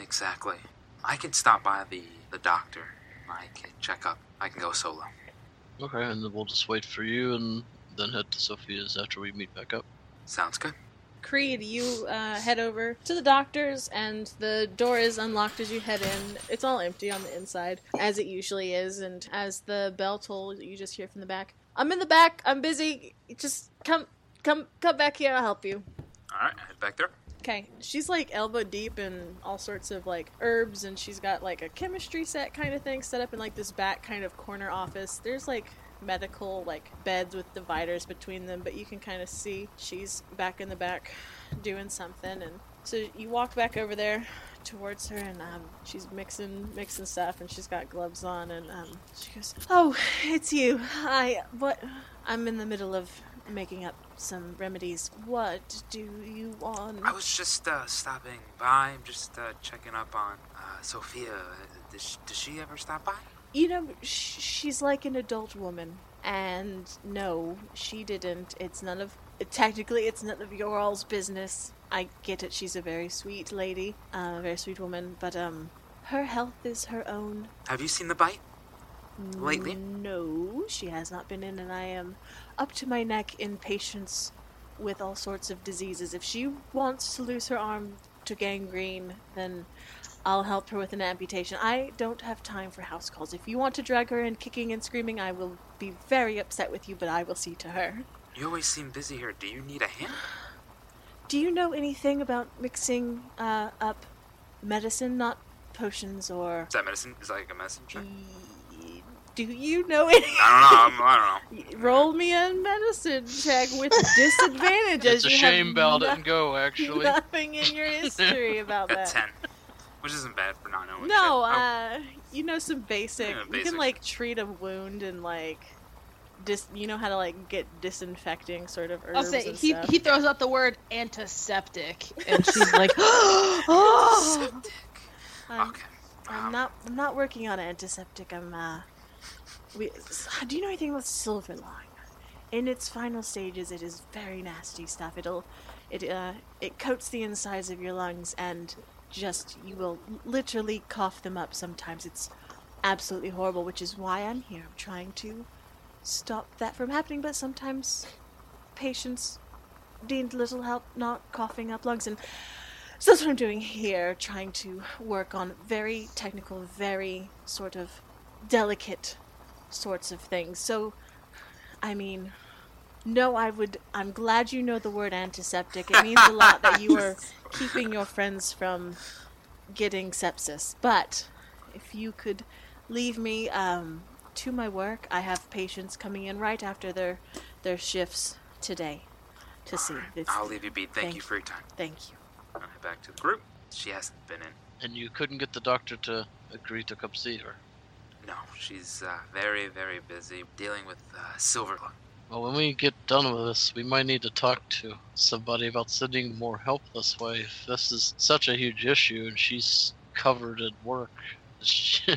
S3: Exactly. I can stop by the the doctor. I can check up. I can go solo.
S6: Okay, and then we'll just wait for you and then head to Sophia's after we meet back up.
S3: Sounds good.
S5: Creed, you uh, head over to the doctor's, and the door is unlocked as you head in. It's all empty on the inside, as it usually is, and as the bell tolls, you just hear from the back, "I'm in the back. I'm busy. Just come, come, come back here. I'll help you."
S3: All right, head back there.
S5: Okay, she's like elbow deep in all sorts of like herbs, and she's got like a chemistry set kind of thing set up in like this back kind of corner office. There's like medical like beds with dividers between them, but you can kind of see she's back in the back doing something. And so you walk back over there towards her, and um, she's mixing mixing stuff, and she's got gloves on, and um, she goes, "Oh, it's you. I what? I'm in the middle of making up some remedies. What do you want?
S3: I was just uh, stopping by. I'm just uh, checking up on uh, Sophia. Uh, Does she, does she ever stop by?
S5: You know, sh- she's like an adult woman. And no, she didn't. It's none of. Technically, it's none of your all's business. I get it. She's a very sweet lady, uh, a very sweet woman. But um, her health is her own.
S3: Have you seen the bite? Lately?
S5: No, she has not been in, and I am up to my neck in patients with all sorts of diseases. If she wants to lose her arm to gangrene, then I'll help her with an amputation. I don't have time for house calls. If you want to drag her in kicking and screaming, I will be very upset with you, but I will see to her.
S3: You always seem busy here. Do you need a hand?
S5: Do you know anything about mixing uh, up medicine, not potions or.
S3: Is that medicine? Is that like a medicine check?
S5: Do you know any?
S3: I don't know. I'm, I don't know.
S5: Roll me a medicine check with disadvantage. as
S6: It's a
S5: you
S6: shame
S5: have
S6: Bell
S5: no-
S6: didn't go, actually.
S5: nothing in your history about
S3: A
S5: that.
S3: ten, which isn't bad for not knowing. shit.
S5: No,
S3: Oh,
S5: uh, you know some basic.
S3: Yeah,
S5: You can
S3: basic.
S5: like treat a wound and like, dis. You know how to like get disinfecting sort of herbs
S7: I'll say
S5: and
S7: he,
S5: stuff.
S7: he throws out the word antiseptic, and she's like, oh,
S3: Septic.
S5: I'm,
S3: okay.
S5: I'm
S3: Um,
S5: not. I'm not working on an antiseptic. I'm. Uh, we. Do you know anything about silver line? In its final stages, it is very nasty stuff. It'll, it uh, it coats the insides of your lungs and just you will literally cough them up. Sometimes it's absolutely horrible, which is why I'm here. I'm trying to stop that from happening, but sometimes patients need little help not coughing up lungs and so that's what I'm doing here, trying to work on very technical, very sort of delicate sorts of things. So, I mean, no, I would. I'm glad you know the word antiseptic. It means a lot that you are keeping your friends from getting sepsis. But if you could leave me um, to my work, I have patients coming in right after their their shifts today to see. It's,
S3: I'll leave you be. Thank,
S5: Thank
S3: you
S5: you.
S3: for your time.
S5: thank you.
S3: I'll head back to the group. She hasn't been in.
S6: And you couldn't get the doctor to agree to come see her.
S3: No, she's uh, very, very busy dealing with uh, Silverlook.
S6: Well, when we get done with this, we might need to talk to somebody about sending more help this way. If this is such a huge issue and she's covered at work, she,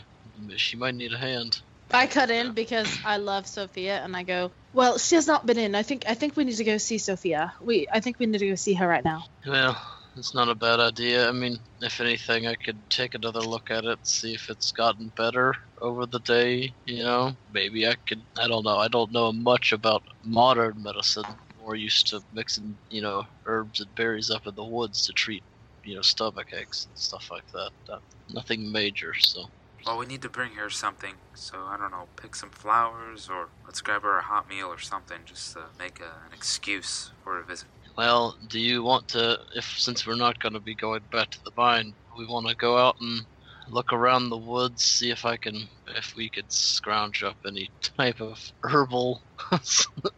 S6: she might need a hand.
S7: I cut in because I love Sophia, and I go, "Well, she has not been in. I think I think we need to go see Sophia. We I think we need to go see her right now."
S6: Well, it's not a bad idea. I mean, if anything, I could take another look at it, see if it's gotten better over the day. You know, maybe I could. I don't know. I don't know much about modern medicine. More used to mixing, you know, herbs and berries up in the woods to treat, you know, stomach aches and stuff like that. Uh, nothing major, so.
S3: Well, we need to bring her something. So I don't know, pick some flowers, or let's grab her a hot meal or something, just to make a, an excuse for a visit.
S6: Well, do you want to? If since we're not going to be going back to the mine, we want to go out and look around the woods, see if I can, if we could scrounge up any type of herbal,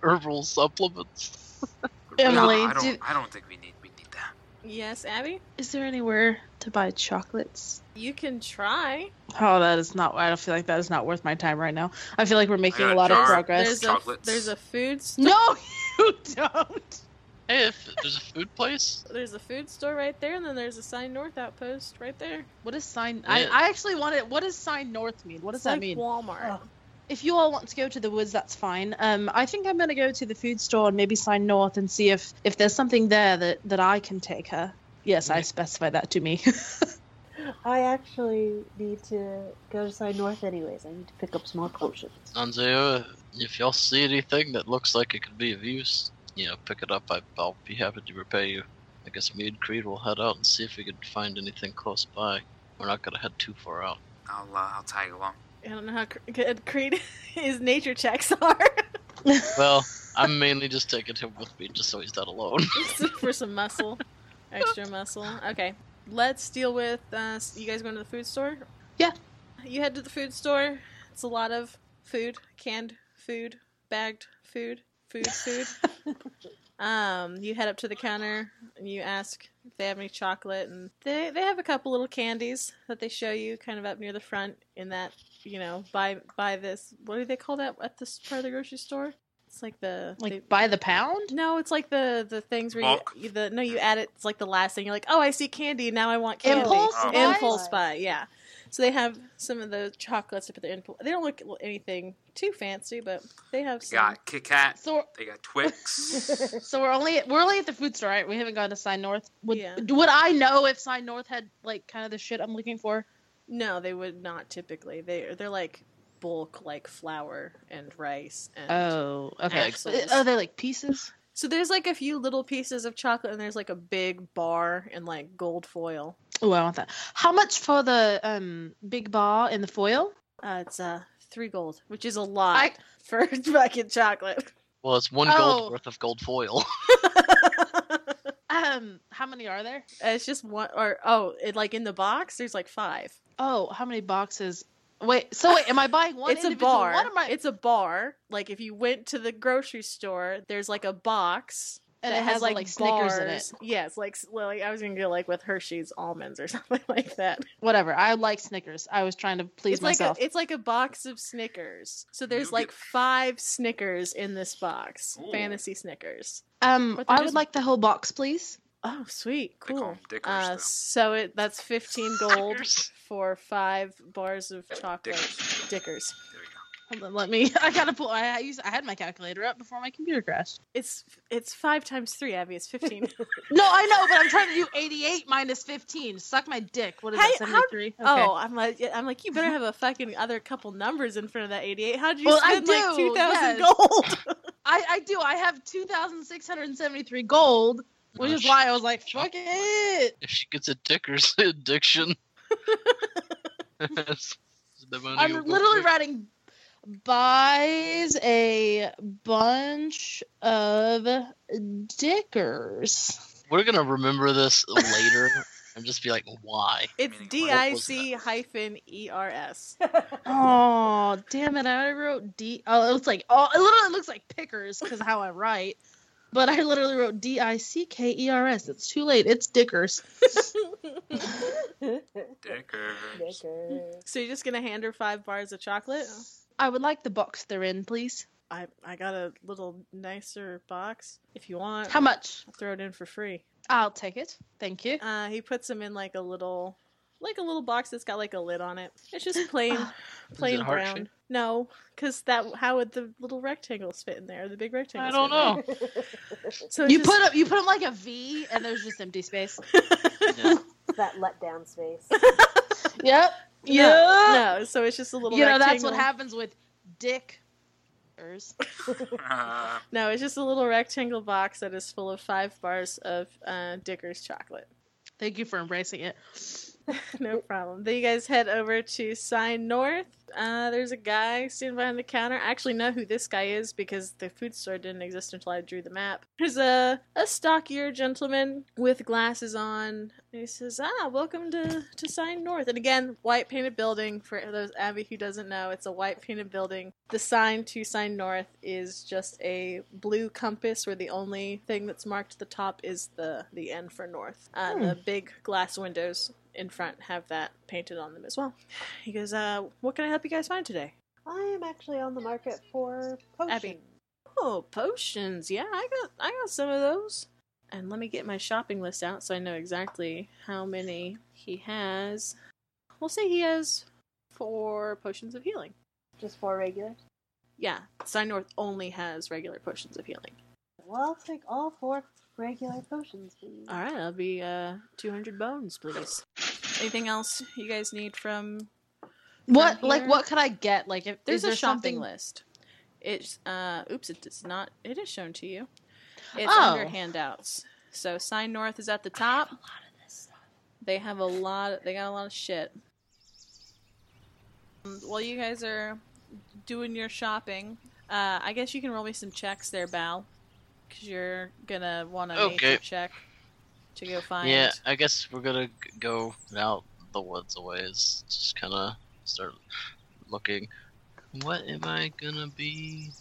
S6: herbal supplements.
S7: Emily,
S3: no, I don't.
S7: do-
S3: I don't think we need. We need that.
S5: Yes, Abby?
S7: Is there anywhere to buy chocolates?
S5: You can try.
S7: Oh, that is not. I don't feel like that is not worth my time right now. I feel like we're making
S3: got
S7: a
S3: a
S7: lot of
S3: jar.
S7: progress.
S5: There's a,
S3: Chocolates.
S5: there's a food store.
S7: No, you don't.
S6: Hey, if there's a food place,
S5: There's a food store right there, and then there's a sign north outpost right there.
S7: What is sign?
S6: Yeah.
S7: I, I actually wanted. What does sign north mean? What does
S5: it's
S7: that
S5: like
S7: mean?
S5: Walmart.
S7: Oh. if you all want to go to the woods, that's fine. Um, I think I'm gonna go to the food store and maybe sign north and see if if there's something there that that I can take her. Yes, I specified that to me.
S2: I actually need to go to Side North anyways. I need to pick up some more potions.
S6: Anzeo, if y'all see anything that looks like it could be of use, you know, pick it up. I, I'll be happy to repay you. I guess me and Creed will head out and see if we can find anything close by. We're not gonna head too far out.
S3: I'll. Uh, I'll tag along.
S5: I don't know how cr- good Creed his nature checks are
S6: Well, I'm mainly just taking him with me just so he's not alone.
S5: for some muscle, extra muscle. Okay, let's deal with. Uh, s- you guys going to the food store?
S7: Yeah.
S5: You head to the food store. It's a lot of food, canned food, bagged food, food, food. Um, you head up to the counter and you ask if they have any chocolate, and they they have a couple little candies that they show you, kind of up near the front. In that, you know, buy buy this. What do they call that at this part of the grocery store? It's like the
S7: Like
S5: they-
S7: by the pound?
S5: no, it's like the the things where
S8: Bulk?
S5: you, you the no you add it. It's like the last thing. You're like, oh, I see candy. Now I want candy.
S7: Impulse
S8: Oh.
S2: buy?
S5: impulse buy. Yeah. So they have some of the chocolates to put their impulse. They don't look anything too fancy, but they have
S3: They
S5: some.
S3: got Kit Kat.
S7: So
S3: They got Twix.
S7: so we're only we're only at the food store, right? We haven't gone to Sign North. Would
S5: Yeah.
S7: would I know if Sign North had like kind of the shit I'm looking for?
S5: No, they would not typically. They they're like bulk, like flour and rice and.
S7: Oh, okay.
S5: Axles.
S7: Oh, they're like pieces.
S5: So there's like a few little pieces of chocolate, and there's like a big bar and like gold foil.
S7: Oh, I want that. How much for the um big bar in the foil?
S5: Uh, it's uh three gold, which is a lot
S7: I-
S5: for fucking chocolate.
S6: Well, it's one
S7: Oh.
S6: gold worth of gold foil.
S7: Um, how many are there?
S5: Uh, it's just one or oh, it like in the box. There's like five.
S7: Oh, how many boxes? Wait, so wait, am I buying one?
S5: it's a
S7: individual
S5: bar.
S7: One am I?
S5: It's a bar. Like if you went to the grocery store, there's like a box
S7: and
S5: that
S7: it has, like, Snickers in it.
S5: bars. Yeah, it's like well, like, I was gonna go like with Hershey's almonds or something like that.
S7: Whatever. I like Snickers. I was trying to please
S5: it's
S7: myself.
S5: Like a, it's like a box of Snickers. So there's
S3: You
S5: like
S3: get-
S5: five Snickers in this box.
S8: Ooh.
S5: Fantasy Snickers.
S7: um,
S5: but they're
S7: I would
S5: just-
S7: like the whole box, please.
S5: Oh, sweet,
S3: They call
S5: cool.
S3: 'em Dickers,
S5: Uh,
S3: though.
S5: so it that's fifteen gold
S6: Snickers.
S5: for five bars of chocolate
S3: Dickers.
S5: Dickers.
S3: There you go.
S7: Hold on, let me. I gotta pull. I use. I had my calculator up before my computer crashed.
S5: It's it's five times three, Abby. It's fifteen.
S7: No, I know, but I'm trying to do 88 minus 15. Suck my dick. What is
S5: Hey,
S7: that?
S5: how-
S7: 73.
S5: Oh, I'm like yeah, I'm like you better have a fucking other couple numbers in front of that eighty-eight. How did you
S7: Well, I
S5: spend like
S7: do,
S5: two thousand
S7: yes.
S5: gold?
S7: I, I do. I have 2,673 gold, which
S6: Oh,
S7: is
S6: sh-
S7: why I was like, fuck it.
S6: If she gets a Dickers addiction, It's- the money will
S7: I'm
S6: go
S7: literally
S6: quick.
S7: writing buys a bunch of dickers.
S6: We're gonna remember this later and just be like, why?
S5: It's
S3: Meaning,
S5: D
S6: what
S5: I
S6: was that?
S5: C hyphen E R S.
S7: Oh, damn it. I already wrote D. Oh, it looks like, oh, it literally looks like pickers because how I write. But I literally wrote D I C K E R S. It's too late. It's dickers.
S3: Dickers.
S2: Knickers.
S5: So you're just gonna hand her five bars of chocolate?
S7: I would like the box they're in, please.
S5: I I got a little nicer box if you want.
S7: How much?
S5: I'll throw it in for free.
S7: I'll take it. Thank you.
S5: Uh, he puts them in like a little, like a little box that's got like a lid on it. It's just plain, plain
S6: it heart
S5: brown.
S6: shaped?
S5: No, because that how would the little rectangles fit in there? The big rectangles.
S6: I don't
S5: fit in
S6: know.
S5: there. So
S7: you
S5: it's
S7: put up, you put them like a V, and there's just empty space.
S6: Yeah.
S2: that letdown space.
S7: Yep.
S5: just-
S7: Yep.
S5: No, no, so it's just a little.
S7: you know that's what
S5: rectangle.
S7: happens with dickers.
S3: Uh,
S5: No, it's just a little rectangle box that is full of five bars of uh, Dickers chocolate.
S7: Thank you for embracing it.
S5: No problem. Then you guys head over to Sign North. Uh, there's a guy standing behind the counter. I actually know who this guy is because the food store didn't exist until I drew the map. There's a, a stockier gentleman with glasses on. And he says, Ah, welcome to, to Sign North. And again, white painted building. For those Abby who doesn't know, it's a white painted building. The sign to Sign North is just a blue compass where the only thing that's marked at the top is the, the N for North. Uh, The big glass windows in front have that painted on them as well. He goes, uh, what can I help you guys find today?
S2: I am actually on the market for potions.
S5: Abby. Oh, potions. Yeah, I got I got some of those. And let me get my shopping list out so I know exactly how many he has. We'll say he has four potions of healing.
S2: Just four regulars.
S5: Yeah, Signorth only has regular potions of healing.
S2: Well, I'll take all four regular potions, please.
S5: All right, that'll be uh 200 bones, please. Anything else you guys need from
S7: What
S5: From
S7: like
S5: here-
S7: what could I get? Like if
S5: There's
S7: is there
S5: a shopping
S7: something-
S5: list. It's uh oops, it's not it is shown to you. It's
S7: Oh.
S5: under handouts. So Sign North is at the top. They have a lot they got a lot of shit. Um, While you guys are doing your shopping, uh, I guess you can roll me some checks there, Bal. Because you're gonna want to
S6: Okay.
S5: nature check to go find
S6: Yeah, I guess we're gonna g- go out the woods a ways. Just kind of start looking. What am I gonna be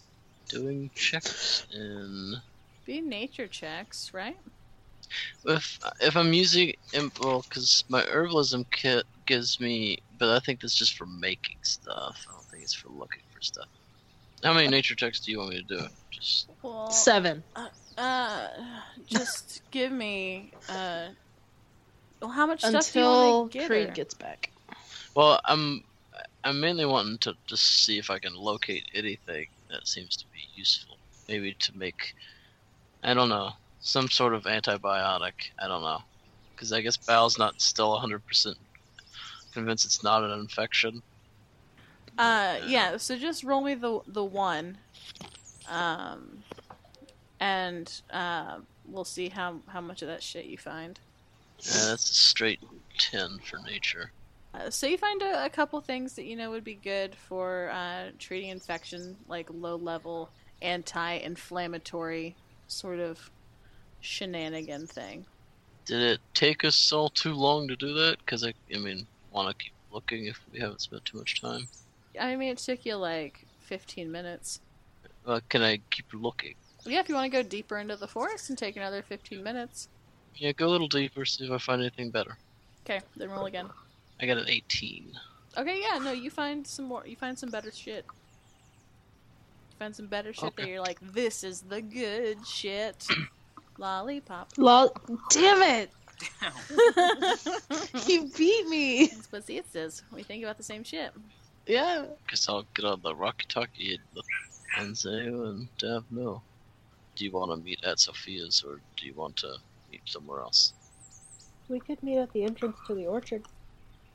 S6: doing checks in?
S5: be nature checks, right?
S6: If if I'm using imp, well, because my herbalism kit gives me, but I think that's just for making stuff. I don't think it's for looking for stuff. How many nature checks do you want me to do? Just
S5: Well,
S7: Seven.
S5: uh, just give me. Uh, well, how much stuff do you
S7: Until
S5: want to get?
S7: Creed
S5: her?
S7: gets back.
S6: well, I'm I'm mainly wanting to just see if I can locate anything that seems to be useful. Maybe to make I don't know some sort of antibiotic. I don't know because I guess Bow's not still 100 percent convinced it's not an infection.
S5: Uh, yeah. So just roll me the the one, um, and uh, we'll see how how much of that shit you find.
S6: Yeah, that's a straight ten for nature.
S5: Uh, so you find a, a couple things that you know would be good for uh, treating infection, like low level anti-inflammatory sort of shenanigan thing.
S6: Did it take us all too long to do that? Because I I mean want to keep looking if we haven't spent too much time.
S5: I mean, it took you like 15 minutes.
S6: Uh, can I keep looking?
S5: Yeah, if you want to go deeper into the forest and take another 15 minutes.
S6: Yeah, go a little deeper, see if I find anything better.
S5: Okay, then roll again.
S6: I got an 18.
S5: Okay, yeah, no, you find some more. You find some better shit. You find some better shit that
S6: Okay.
S5: you're like, this is the good shit. Lollipop.
S7: Lol. Damn it!
S5: That's
S7: You beat me.
S5: what see it says. We think about the same shit.
S7: Yeah.
S6: Guess I'll get on the Rocky Talkie and the Anzeo and Dav Mill. Do you want to meet at Sophia's or do you want to meet somewhere else?
S2: We could meet at the entrance to the orchard.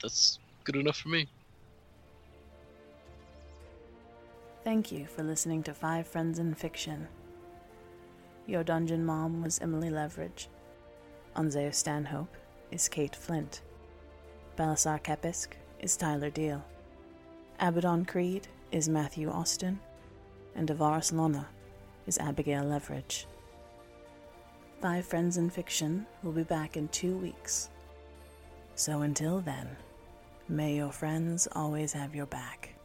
S6: That's good enough for me.
S1: Thank you for listening to Five Friends in Fiction. Your dungeon mom was Emily Leverage. Anzeo Stanhope is Kate Flint. Balasar Kepisk is Tyler Deal. Abaddon Creed is Matthew Austin. And Avaris Lona is Abigail Leverage. Five Friends in Fiction will be back in two weeks. So until then, may your friends always have your back.